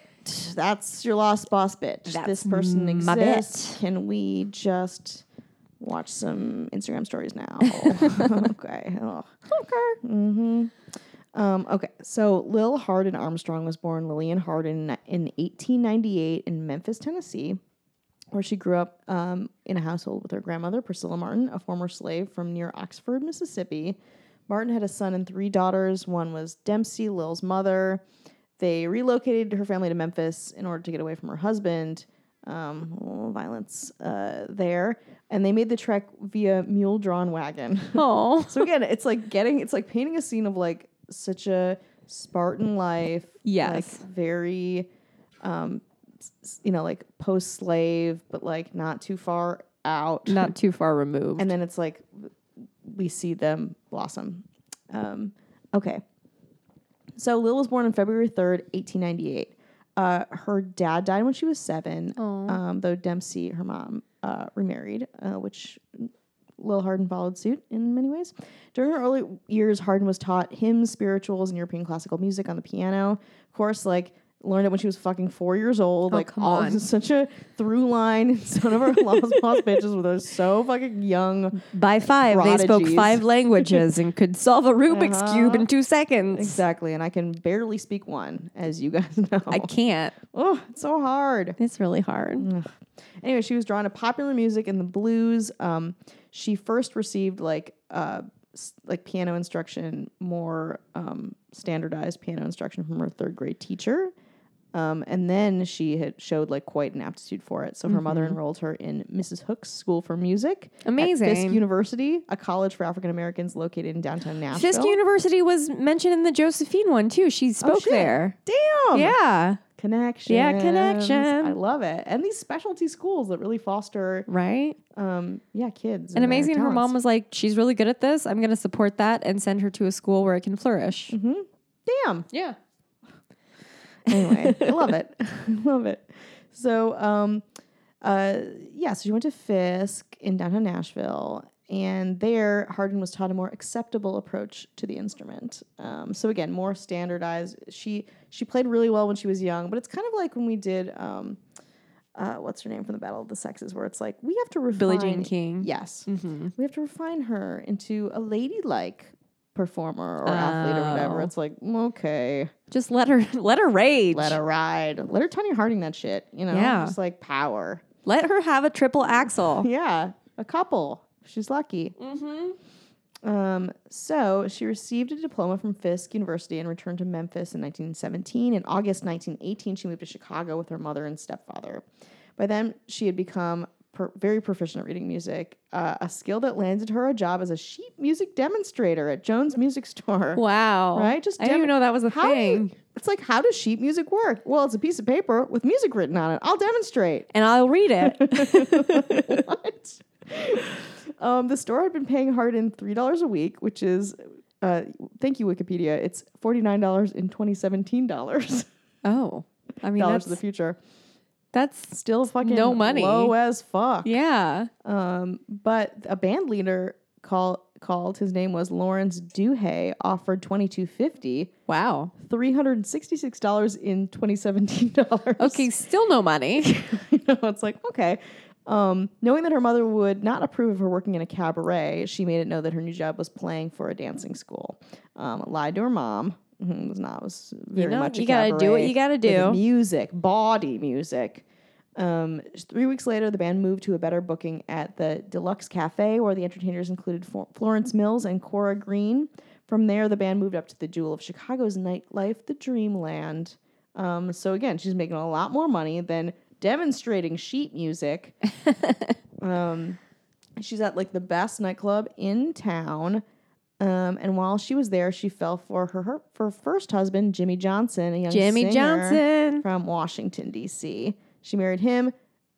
Speaker 1: That's your lost boss bitch.
Speaker 2: That's
Speaker 1: this person
Speaker 2: my
Speaker 1: exists. Can we just watch some Instagram stories now? okay. Ugh. Mm-hmm.
Speaker 2: you.
Speaker 1: Um, okay. So Lil Hardin Armstrong was born Lillian Hardin in 1898 in Memphis, Tennessee, where she grew up um, in a household with her grandmother, Priscilla Martin, a former slave from near Oxford, Mississippi. Martin had a son and three daughters. One was Dempsey, Lil's mother. They relocated her family to Memphis in order to get away from her husband. Um, a little violence uh, there. And they made the trek via mule drawn wagon.
Speaker 2: Oh.
Speaker 1: So again, it's like getting it's like painting a scene of like such a Spartan life.
Speaker 2: Yes.
Speaker 1: Like very um s- you know, like post slave, but like not too far out.
Speaker 2: Not too far removed.
Speaker 1: And then it's like we see them blossom. Um okay. So Lil was born on February 3rd, 1898. Uh, her dad died when she was seven, um, though Dempsey, her mom, uh, remarried, uh, which Lil Hardin followed suit in many ways. During her early years, Hardin was taught hymns, spirituals, and European classical music on the piano. Of course, like learned it when she was fucking four years old. like
Speaker 2: Oh, come
Speaker 1: all,
Speaker 2: on.
Speaker 1: this is such a through line in some of our lost boss bitches where they're so fucking young.
Speaker 2: By five, they spoke
Speaker 1: Prodigies.
Speaker 2: five languages and could solve a Rubik's
Speaker 1: Uh-huh.
Speaker 2: Cube in two seconds.
Speaker 1: Exactly. And I can barely speak one, as you guys know.
Speaker 2: I can't.
Speaker 1: oh, it's so hard.
Speaker 2: It's really hard.
Speaker 1: Mm, Anyway, she was drawn to popular music and the blues. Um, she first received like uh, s- like piano instruction, more um, standardized piano instruction from her third grade teacher. Um, and then she had showed like quite an aptitude for it. So her mother
Speaker 2: Mm-hmm.
Speaker 1: enrolled her in Mrs. Hook's School for Music. At Fisk
Speaker 2: Amazing.
Speaker 1: University, a college for African Americans located in downtown Nashville.
Speaker 2: Fisk University was mentioned in the Josephine one too. She spoke
Speaker 1: Oh, shit.
Speaker 2: there.
Speaker 1: Damn.
Speaker 2: Yeah.
Speaker 1: Connections.
Speaker 2: connection.
Speaker 1: I love it. And these specialty schools that really foster,
Speaker 2: Right.
Speaker 1: um, yeah, kids.
Speaker 2: And
Speaker 1: their
Speaker 2: amazing. Her
Speaker 1: talents.
Speaker 2: mom was like, she's really good at this. I'm going to support that and send her to a school where it can flourish.
Speaker 1: Mm-hmm. Damn.
Speaker 2: Yeah.
Speaker 1: Anyway, I love it. I love it. So, um, uh, yeah, so she went to Fisk in downtown Nashville, and there Hardin was taught a more acceptable approach to the instrument. Um, so again, more standardized. She she played really well when she was young, but it's kind of like when we did. Um, uh, what's her name from the Battle of the Sexes, where it's like we have to refine
Speaker 2: Billie Jean King.
Speaker 1: Yes,
Speaker 2: Mm-hmm.
Speaker 1: we have to refine her into a ladylike performer or athlete or whatever.
Speaker 2: Oh.
Speaker 1: It's like mm, okay,
Speaker 2: Just let her let her rage.
Speaker 1: let her ride. Let her Tanya Harding that shit. You know,
Speaker 2: Yeah.
Speaker 1: just like power.
Speaker 2: Let her have a triple axle.
Speaker 1: Yeah, a couple. She's lucky. Um, so she received a diploma from Fisk University and returned to Memphis in 1917. In August 1918, she moved to Chicago with her mother and stepfather. By then, she had become per- very proficient at reading music, uh, a skill that landed her a job as a sheet music demonstrator at Jones Music Store.
Speaker 2: Wow.
Speaker 1: Right? Just
Speaker 2: I didn't
Speaker 1: dem-
Speaker 2: even know that was a
Speaker 1: How do you-
Speaker 2: thing.
Speaker 1: it's like, how does sheet music work? Well, it's a piece of paper with music written on it. I'll demonstrate.
Speaker 2: and I'll read it.
Speaker 1: what? um, the store had been paying Hardin three dollars a week, which is, uh, thank you Wikipedia. It's forty nine dollars in twenty seventeen dollars
Speaker 2: oh. I mean,
Speaker 1: dollars
Speaker 2: that's,
Speaker 1: of the future.
Speaker 2: that's
Speaker 1: Still fucking
Speaker 2: no money.
Speaker 1: low as fuck.
Speaker 2: yeah.
Speaker 1: Um, but a band leader call, called. His name was Lawrence Duhay. Offered twenty two fifty.
Speaker 2: Wow.
Speaker 1: Three hundred sixty six dollars in twenty seventeen dollars.
Speaker 2: Okay, still no money.
Speaker 1: you know, it's like okay, Um, knowing that her mother would not approve of her working in a cabaret, she made it know that her new job was playing for a dancing school. Um, lied to her mom. mhm, was not was very
Speaker 2: know,
Speaker 1: much. a
Speaker 2: you gotta do what
Speaker 1: cabaret
Speaker 2: you gotta
Speaker 1: with
Speaker 2: do.
Speaker 1: Music, body music. Um, three weeks later, the band moved to a better booking at the Deluxe Cafe, where the entertainers included Flo- Florence Mills and Cora Green. From there, the band moved up to the jewel of Chicago's nightlife, the Dreamland. Um, so again, she's making a lot more money than demonstrating sheet music. um, she's at like the best nightclub in town. Um, and while she was there, she fell for her, her for her first husband, Jimmy Johnson, a young
Speaker 2: Jimmy
Speaker 1: singer
Speaker 2: Johnson.
Speaker 1: from Washington D.C. She married him,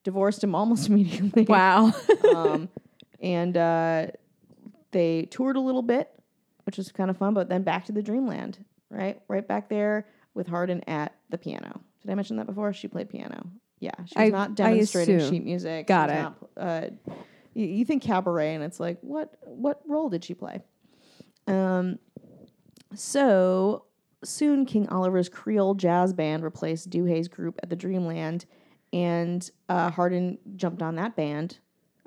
Speaker 1: divorced him almost immediately.
Speaker 2: Wow.
Speaker 1: um, and uh, they toured a little bit, which was kind of fun. But then back to the Dreamland, right? Right back there with Hardin at the piano. Did I mention that before? She played piano. Yeah, she was
Speaker 2: I-
Speaker 1: not
Speaker 2: I
Speaker 1: demonstrating
Speaker 2: assume.
Speaker 1: sheet music.
Speaker 2: Mm-hmm. Got
Speaker 1: She was
Speaker 2: it.
Speaker 1: not, uh, you, you think cabaret, and it's like, what what role did she play? Um, so soon, King Oliver's Creole jazz band replaced Doohey's group at the Dreamland, and uh, Hardin jumped on that band,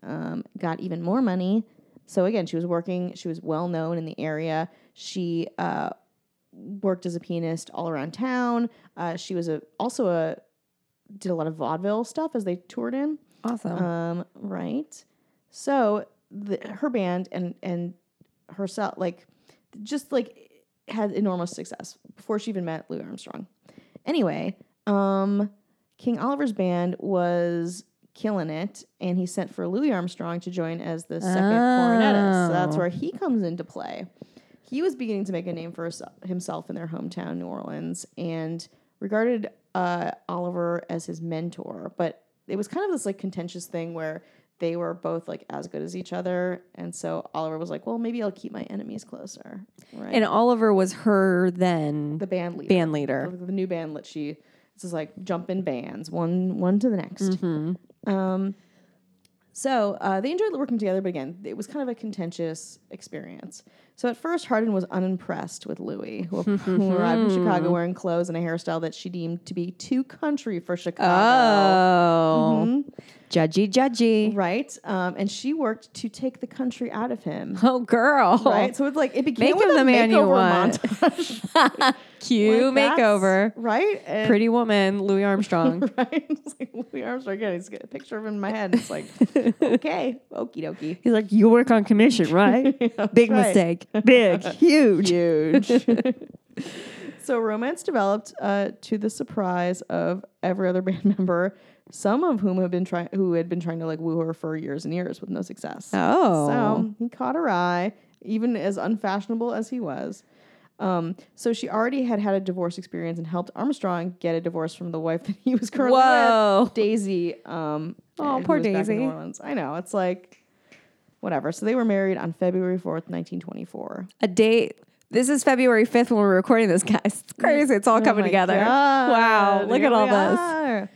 Speaker 1: um, got even more money. So again, she was working. She was well known in the area. She uh, worked as a pianist all around town. Uh, she was a also a did a lot of vaudeville stuff as they toured in.
Speaker 2: awesome.
Speaker 1: Um, right. So the, her band and and herself like just like had enormous success before she even met Louis Armstrong. Anyway, um, King Oliver's band was killing it, and he sent for Louis Armstrong to join as the second cornetist. So that's
Speaker 2: Oh.
Speaker 1: where he comes into play. He was beginning to make a name for his- himself in their hometown, New Orleans, and regarded uh, Oliver as his mentor. But it was kind of this like contentious thing where they were both like as good as each other, and so Oliver was like, "Well, maybe I'll keep my enemies closer." Right?
Speaker 2: and Oliver was her then
Speaker 1: the band leader,
Speaker 2: band leader.
Speaker 1: the, the new band that she this is like jump in bands one one to the next
Speaker 2: Mm-hmm.
Speaker 1: um so uh, they enjoyed working together but again it was kind of a contentious experience so at first hardin was unimpressed with louis who, who arrived in chicago
Speaker 2: Mm-hmm.
Speaker 1: wearing clothes and a hairstyle that she deemed to be too country for chicago
Speaker 2: Oh,
Speaker 1: Mhm.
Speaker 2: judgy, judgy.
Speaker 1: right um, and she worked to take the country out of him
Speaker 2: Oh, girl.
Speaker 1: right so it's like it became
Speaker 2: Make
Speaker 1: with
Speaker 2: him
Speaker 1: a
Speaker 2: the man you
Speaker 1: makeover
Speaker 2: want.
Speaker 1: montage.
Speaker 2: Cue
Speaker 1: Like, that's-
Speaker 2: makeover.
Speaker 1: right And-
Speaker 2: Pretty woman, Louis Armstrong.
Speaker 1: right? It's like Louis Armstrong. Again, he's got a picture of him in my head. It's like, okay, okie dokie.
Speaker 2: He's like, you work on commission, right? Big
Speaker 1: right.
Speaker 2: mistake. Big, huge.
Speaker 1: Huge. so romance developed uh, to the surprise of every other band member, some of whom have been trying who had been trying to like woo her for years and years with no success.
Speaker 2: Oh.
Speaker 1: So he caught her eye, even as unfashionable as he was. Um, so she already had had a divorce experience and helped Armstrong get a divorce from the wife that he was currently
Speaker 2: Whoa.
Speaker 1: with, Daisy. Um,
Speaker 2: Aw,
Speaker 1: who
Speaker 2: poor
Speaker 1: was back in
Speaker 2: Daisy.
Speaker 1: New Orleans. I know it's like whatever. So they were married on February fourth, nineteen twenty-four.
Speaker 2: a date. This is February 5th when we're recording this, guys. It's crazy. It's all coming
Speaker 1: Oh my
Speaker 2: together.
Speaker 1: God,
Speaker 2: Wow. Look
Speaker 1: here
Speaker 2: at all
Speaker 1: we
Speaker 2: this.
Speaker 1: are.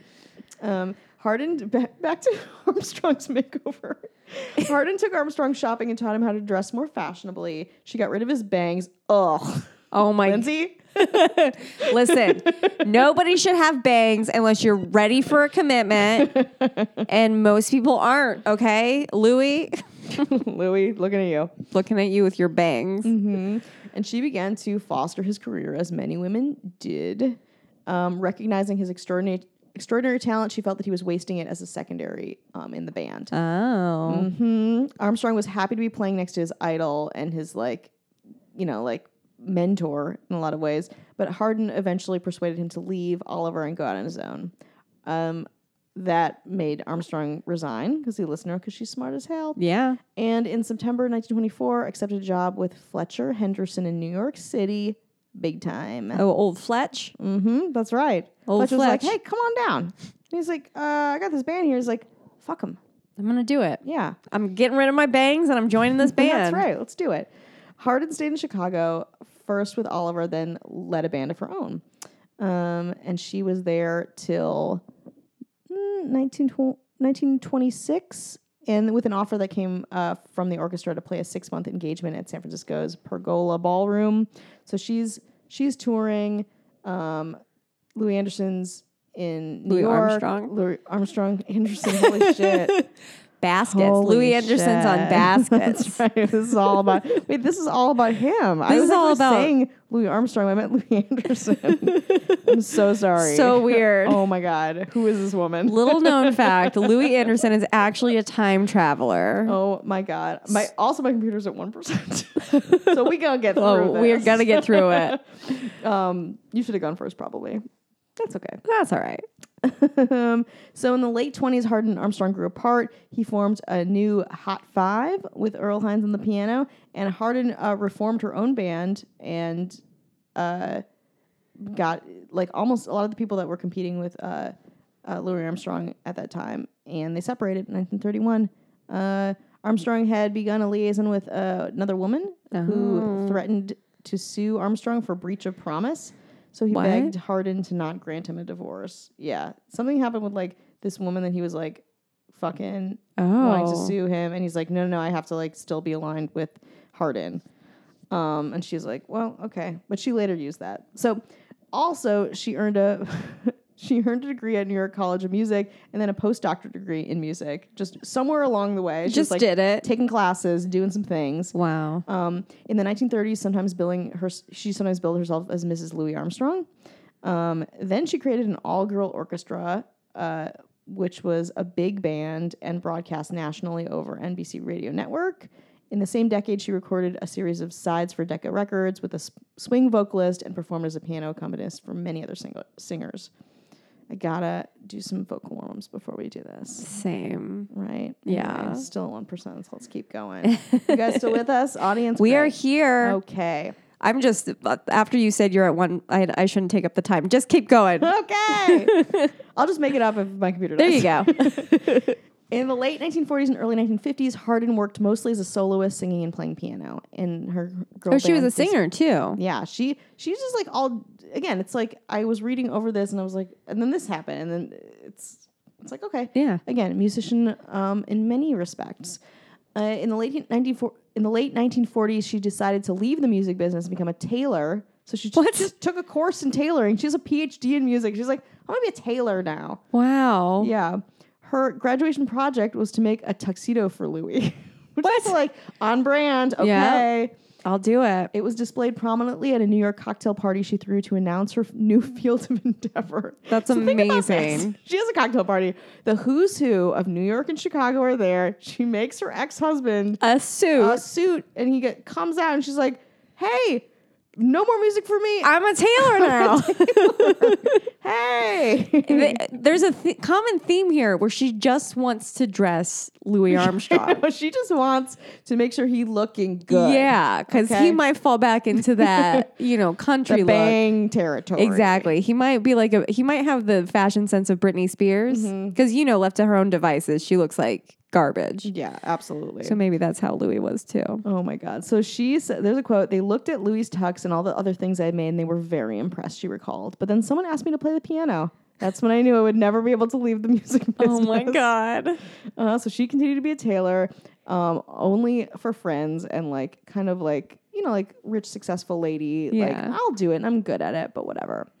Speaker 1: Um, Hardin, back, back to Armstrong's makeover. Hardin took Armstrong shopping and taught him how to dress more fashionably. She got rid of his bangs. Ugh.
Speaker 2: Oh my.
Speaker 1: Lindsay?
Speaker 2: Listen, nobody should have bangs unless you're ready for a commitment. and most people aren't, okay? Louis,
Speaker 1: Louis, looking at you.
Speaker 2: looking at you with your bangs.
Speaker 1: Mm-hmm. And she began to foster his career, as many women did. Um, recognizing his extraordinary, extraordinary talent, she felt that he was wasting it as a secondary um, in the band.
Speaker 2: Oh.
Speaker 1: hmm Armstrong was happy to be playing next to his idol and his like, you know, like mentor in a lot of ways. But Hardin eventually persuaded him to leave Oliver and go out on his own. Um, that made Armstrong resign because he listened to her because she's smart as hell.
Speaker 2: Yeah.
Speaker 1: And in September 1924, accepted a job with Fletcher Henderson in New York City, big time.
Speaker 2: Oh, old Fletch.
Speaker 1: Mm-hmm. That's right.
Speaker 2: Old
Speaker 1: Fletcher was like,
Speaker 2: Fletch.
Speaker 1: "Hey, come on down." And he's like, uh, "I got this band here." He's like, "Fuck him."
Speaker 2: I'm going to do it.
Speaker 1: Yeah.
Speaker 2: I'm getting rid of my bangs and I'm joining this band.
Speaker 1: That's right. Let's do it. Hardin stayed in Chicago first with Oliver, then led a band of her own. Um, and she was there till mm, 19, 1926 and with an offer that came uh, from the orchestra to play a six month engagement at San Francisco's Pergola Ballroom. So she's she's touring. Um, Louis Anderson's in New
Speaker 2: Louis
Speaker 1: York.
Speaker 2: Armstrong?
Speaker 1: Louis Armstrong Henderson. Holy shit.
Speaker 2: Baskets.
Speaker 1: Holy
Speaker 2: Louis Anderson's on
Speaker 1: shit.
Speaker 2: baskets.
Speaker 1: That's right. This is all about. Wait, this is all about him. I
Speaker 2: This
Speaker 1: was
Speaker 2: is
Speaker 1: like,
Speaker 2: all
Speaker 1: we're
Speaker 2: about-
Speaker 1: saying Louis Armstrong. I meant Louis Anderson. I'm so sorry.
Speaker 2: So weird.
Speaker 1: Oh my god, who is this woman?
Speaker 2: Little known fact: Louis Anderson is actually a time traveler.
Speaker 1: Oh my god. My also my computer's at one percent. so we gonna get through.
Speaker 2: Oh, we're
Speaker 1: this.
Speaker 2: gonna get through it.
Speaker 1: Um, you should have gone first, probably. That's okay.
Speaker 2: That's all right.
Speaker 1: um, so in the late 20s, Hardin and Armstrong grew apart. He formed a new Hot Five with Earl Hines on the piano, and Hardin uh, reformed her own band and uh, got like almost a lot of the people that were competing with uh, uh, Louis Armstrong at that time, and they separated in 1931. Uh, Armstrong had begun a liaison with uh, another woman
Speaker 2: Oh.
Speaker 1: who threatened to sue Armstrong for breach of promise. So he
Speaker 2: What?
Speaker 1: begged Hardin to not grant him a divorce. Yeah, something happened with like this woman that he was like fucking wanting to
Speaker 2: Oh.
Speaker 1: sue him, and he's like, no, no, I have to like still be aligned with Hardin. Um, and she's like, well, okay. But she later used that. So also she earned a she earned a degree at New York College of Music and then a postdoctoral degree in music. Just somewhere along the way. she's,
Speaker 2: Just
Speaker 1: like,
Speaker 2: did it.
Speaker 1: Taking classes, doing some things.
Speaker 2: Wow.
Speaker 1: Um, in the 1930s, sometimes billing her, she sometimes billed herself as Mrs. Louis Armstrong. Um, then she created an all-girl orchestra, uh, which was a big band and broadcast nationally over NBC Radio Network. In the same decade, she recorded a series of sides for Decca Records with a s- swing vocalist and performed as a piano accompanist for many other sing- singers. I gotta do some vocal warm-ups before we do this.
Speaker 2: Same.
Speaker 1: Right.
Speaker 2: Yeah.
Speaker 1: Anyway, still one percent. So let's keep going. you guys still with us, audience?
Speaker 2: We are
Speaker 1: Great.
Speaker 2: here.
Speaker 1: Oh. Okay.
Speaker 2: I'm just after you said you're at one. I, I shouldn't take up the time. Just keep going.
Speaker 1: Okay. I'll just make it up if my computer.
Speaker 2: There
Speaker 1: does.
Speaker 2: you go.
Speaker 1: In the late 1940s and early 1950s, Hardin worked mostly as a soloist, singing and playing piano. And her girl.
Speaker 2: oh, she was
Speaker 1: band
Speaker 2: a singer too.
Speaker 1: Yeah, she she's just like all again. It's like I was reading over this and I was like, and then this happened, and then it's it's like okay,
Speaker 2: Yeah.
Speaker 1: Again, a musician um, in many respects. Uh, in the late 1940s, in the late 1940s, she decided to leave the music business and become a tailor. So she just, just took a course in tailoring. She has a PhD in music. She's like, I'm gonna be a tailor now.
Speaker 2: Wow.
Speaker 1: Yeah. Her graduation project was to make a tuxedo for Louis. Which is like on brand. Okay.
Speaker 2: Yeah. I'll do it.
Speaker 1: It was displayed prominently at a New York cocktail party she threw to announce her f- new field of endeavor.
Speaker 2: That's
Speaker 1: think about this.
Speaker 2: amazing.
Speaker 1: She has a cocktail party. The who's who of New York and Chicago are there. She makes her ex husband
Speaker 2: A suit.
Speaker 1: a suit, and he get, comes out, and she's like, "Hey, no more music for me.
Speaker 2: I'm a tailor now.
Speaker 1: hey."
Speaker 2: Th- There's a th- common theme here where she just wants to dress Louis Armstrong.
Speaker 1: she just wants to make sure he looking good.
Speaker 2: Yeah, because
Speaker 1: Okay.
Speaker 2: he might fall back into that, you know, country
Speaker 1: the
Speaker 2: look.
Speaker 1: bang territory.
Speaker 2: Exactly. He might be like a he might have the fashion sense of Britney Spears
Speaker 1: Mm-hmm.
Speaker 2: because you know, left to her own devices, she looks like garbage.
Speaker 1: Yeah, absolutely.
Speaker 2: So maybe that's how Louis was too.
Speaker 1: Oh my God. So she said, there's a quote. They looked at Louis Tux and all the other things I made and they were very impressed, she recalled. But then someone asked me to play the piano. That's when I knew I would never be able to leave the music business.
Speaker 2: Oh god.
Speaker 1: Uh, so she continued to be a tailor, um, only for friends and like kind of like, you know, like rich, successful lady. Like,
Speaker 2: Yeah.
Speaker 1: I'll do it and I'm good at it, but whatever.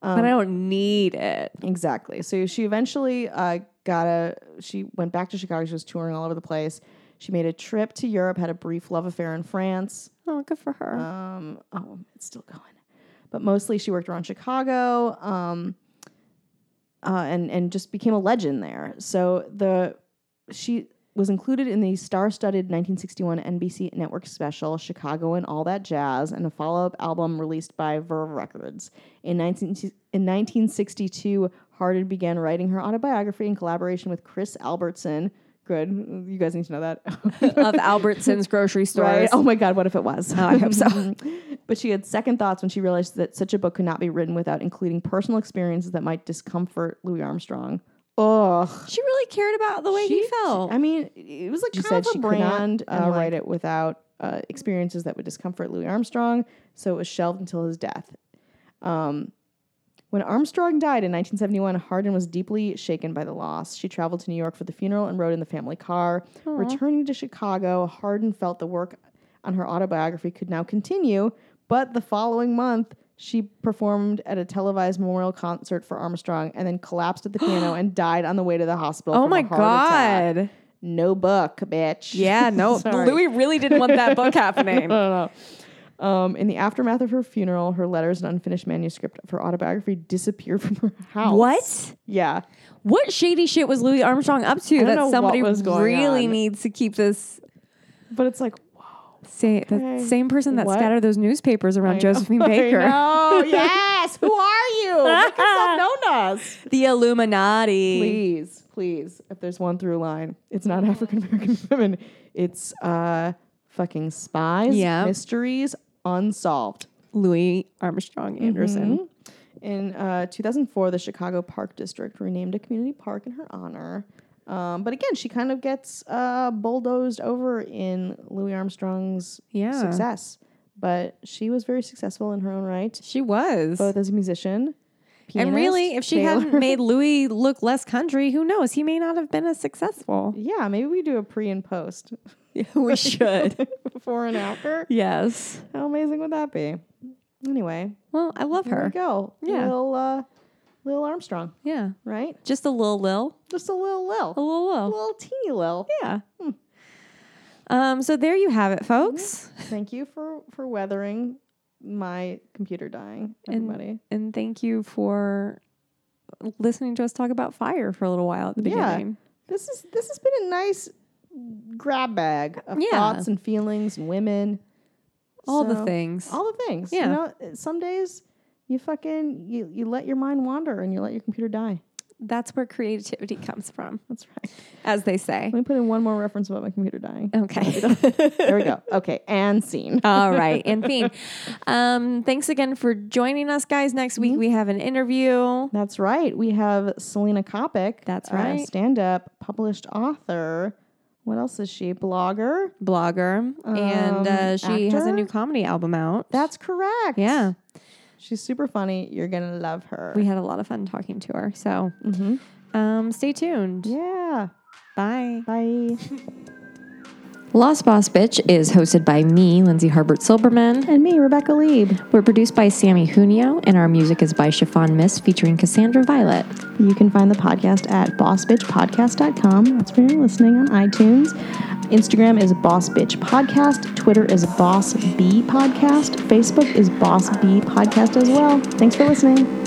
Speaker 2: but I don't need it.
Speaker 1: Exactly. So she eventually uh, got a. She went back to Chicago. She was touring all over the place. She made a trip to Europe, had a brief love affair in France.
Speaker 2: Oh, good for her.
Speaker 1: Um, oh, it's still going. But mostly she worked around Chicago um, uh, and, and just became a legend there. So the she was included in the star-studded 1961 NBC network special Chicago and All That Jazz and a follow-up album released by Verve Records. In, 19, in 1962, Hardin began writing her autobiography in collaboration with Chris Albertson. Good. You guys need to know that.
Speaker 2: of Albertsons grocery stores.
Speaker 1: Right? Oh my God, what if it was?
Speaker 2: I hope so.
Speaker 1: but she had second thoughts when she realized that such a book could not be written without including personal experiences that might discomfort Louis Armstrong. Ugh.
Speaker 2: She really cared about the way he felt.
Speaker 1: I mean, it was like
Speaker 3: She
Speaker 1: kind
Speaker 3: said
Speaker 1: of a
Speaker 3: she could
Speaker 1: brand
Speaker 3: not,
Speaker 1: uh,
Speaker 3: and, like-
Speaker 1: write it without uh, experiences that would discomfort Louis Armstrong, so it was shelved until his death. Um, when Armstrong died in 1971, Hardin was deeply shaken by the loss. She traveled to New York for the funeral and rode in the family car. Returning to Chicago, Hardin felt the work on her autobiography could now continue, but the following month, She performed at a televised memorial concert for Armstrong and then collapsed at the piano and died on the way to the hospital.
Speaker 2: Oh
Speaker 1: from a
Speaker 2: my
Speaker 1: heart attack.
Speaker 2: god.
Speaker 1: No book, bitch.
Speaker 2: Yeah, no.
Speaker 1: Sorry.
Speaker 2: Louis really didn't want that book happening.
Speaker 1: No, no. Um, in the aftermath of her funeral, her letters and unfinished manuscript of her autobiography disappeared from her house.
Speaker 2: What?
Speaker 1: Yeah.
Speaker 2: What shady shit was Louis Armstrong up to
Speaker 1: don't know
Speaker 2: that
Speaker 1: what
Speaker 2: somebody
Speaker 1: was going
Speaker 2: really
Speaker 1: on.
Speaker 2: needs to keep this
Speaker 1: But it's like,
Speaker 2: same
Speaker 1: Okay.
Speaker 2: that same person that
Speaker 1: What?
Speaker 2: scattered those newspapers around Josephine
Speaker 1: I
Speaker 2: Baker?
Speaker 1: know. yes. Who are you? Make yourself known us.
Speaker 2: The Illuminati.
Speaker 1: Please, please. If there's one through line, it's not African American women. It's uh, fucking spies,
Speaker 2: Yeah.
Speaker 1: mysteries unsolved.
Speaker 2: Louis Armstrong
Speaker 1: Mm-hmm.
Speaker 2: Anderson.
Speaker 1: In uh, 2004, the Chicago Park District renamed a community park in her honor. Um, but again, she kind of gets uh, bulldozed over in Louis Armstrong's
Speaker 2: Yeah.
Speaker 1: success. But she was very successful in her own right,
Speaker 2: She was.
Speaker 1: both as a musician. Pianist,
Speaker 2: and really, if she
Speaker 1: sailor.
Speaker 2: hadn't made Louis look less country, who knows? He may not have been as successful.
Speaker 1: yeah, maybe we do a pre and post,
Speaker 2: we should.
Speaker 1: before and after.
Speaker 2: yes.
Speaker 1: How amazing would that be? Anyway,
Speaker 2: Well, I love
Speaker 1: there we
Speaker 2: her.
Speaker 1: go.
Speaker 2: Yeah.
Speaker 1: Lil, uh, Lil Armstrong,
Speaker 2: Yeah.
Speaker 1: right?
Speaker 2: Just a little Lil.
Speaker 1: Just a little Lil,
Speaker 2: A little
Speaker 1: a
Speaker 2: Lil.
Speaker 1: little teeny Lil.
Speaker 2: Yeah. Um, so there you have it, folks.
Speaker 1: Thank you for for weathering my computer dying,
Speaker 2: And-
Speaker 1: everybody.
Speaker 2: And thank you for listening to us talk about fire for a little while at the
Speaker 1: Yeah.
Speaker 2: beginning.
Speaker 1: This is this has been a nice grab bag of
Speaker 2: Yeah.
Speaker 1: thoughts and feelings and women,
Speaker 2: All the
Speaker 1: So-
Speaker 2: things.
Speaker 1: all the things.
Speaker 2: Yeah.
Speaker 1: You know, uh, some days you fucking you you let your mind wander and you let your computer die.
Speaker 2: That's where creativity comes from,
Speaker 1: That's right.
Speaker 2: as they say.
Speaker 1: Let me put in one more reference about my computer dying.
Speaker 2: Okay.
Speaker 1: There we go. Okay, and scene.
Speaker 2: All right, and Fiend. Um, thanks again for joining us, guys. Next
Speaker 1: Mm-hmm.
Speaker 2: week we have an interview.
Speaker 1: That's right. We have Selena Kopic.
Speaker 2: That's right.
Speaker 1: Stand up, published author. What else is she? Blogger.
Speaker 2: Blogger, and uh,
Speaker 1: Um,
Speaker 2: she has a
Speaker 1: actor?
Speaker 2: new comedy album out.
Speaker 1: That's correct.
Speaker 2: yeah,
Speaker 1: She's super funny. You're going to love her.
Speaker 2: we had a lot of fun talking to her. So, um, stay tuned.
Speaker 1: Mm-hmm. yeah.
Speaker 2: Bye.
Speaker 1: Bye.
Speaker 2: Lost Boss Bitch is hosted by me, Lindsay Harbert Silberman.
Speaker 1: And me, Rebecca Lieb.
Speaker 2: We're produced by Sammy Junio, and our music is by Chiffon Miss featuring Cassandra Violet.
Speaker 1: You can find the podcast at bossbitchpodcast.com. That's where you're listening on iTunes. Instagram is Boss Bitch Podcast. Twitter is Boss B Podcast. Facebook is Boss B Podcast as well. Thanks for listening.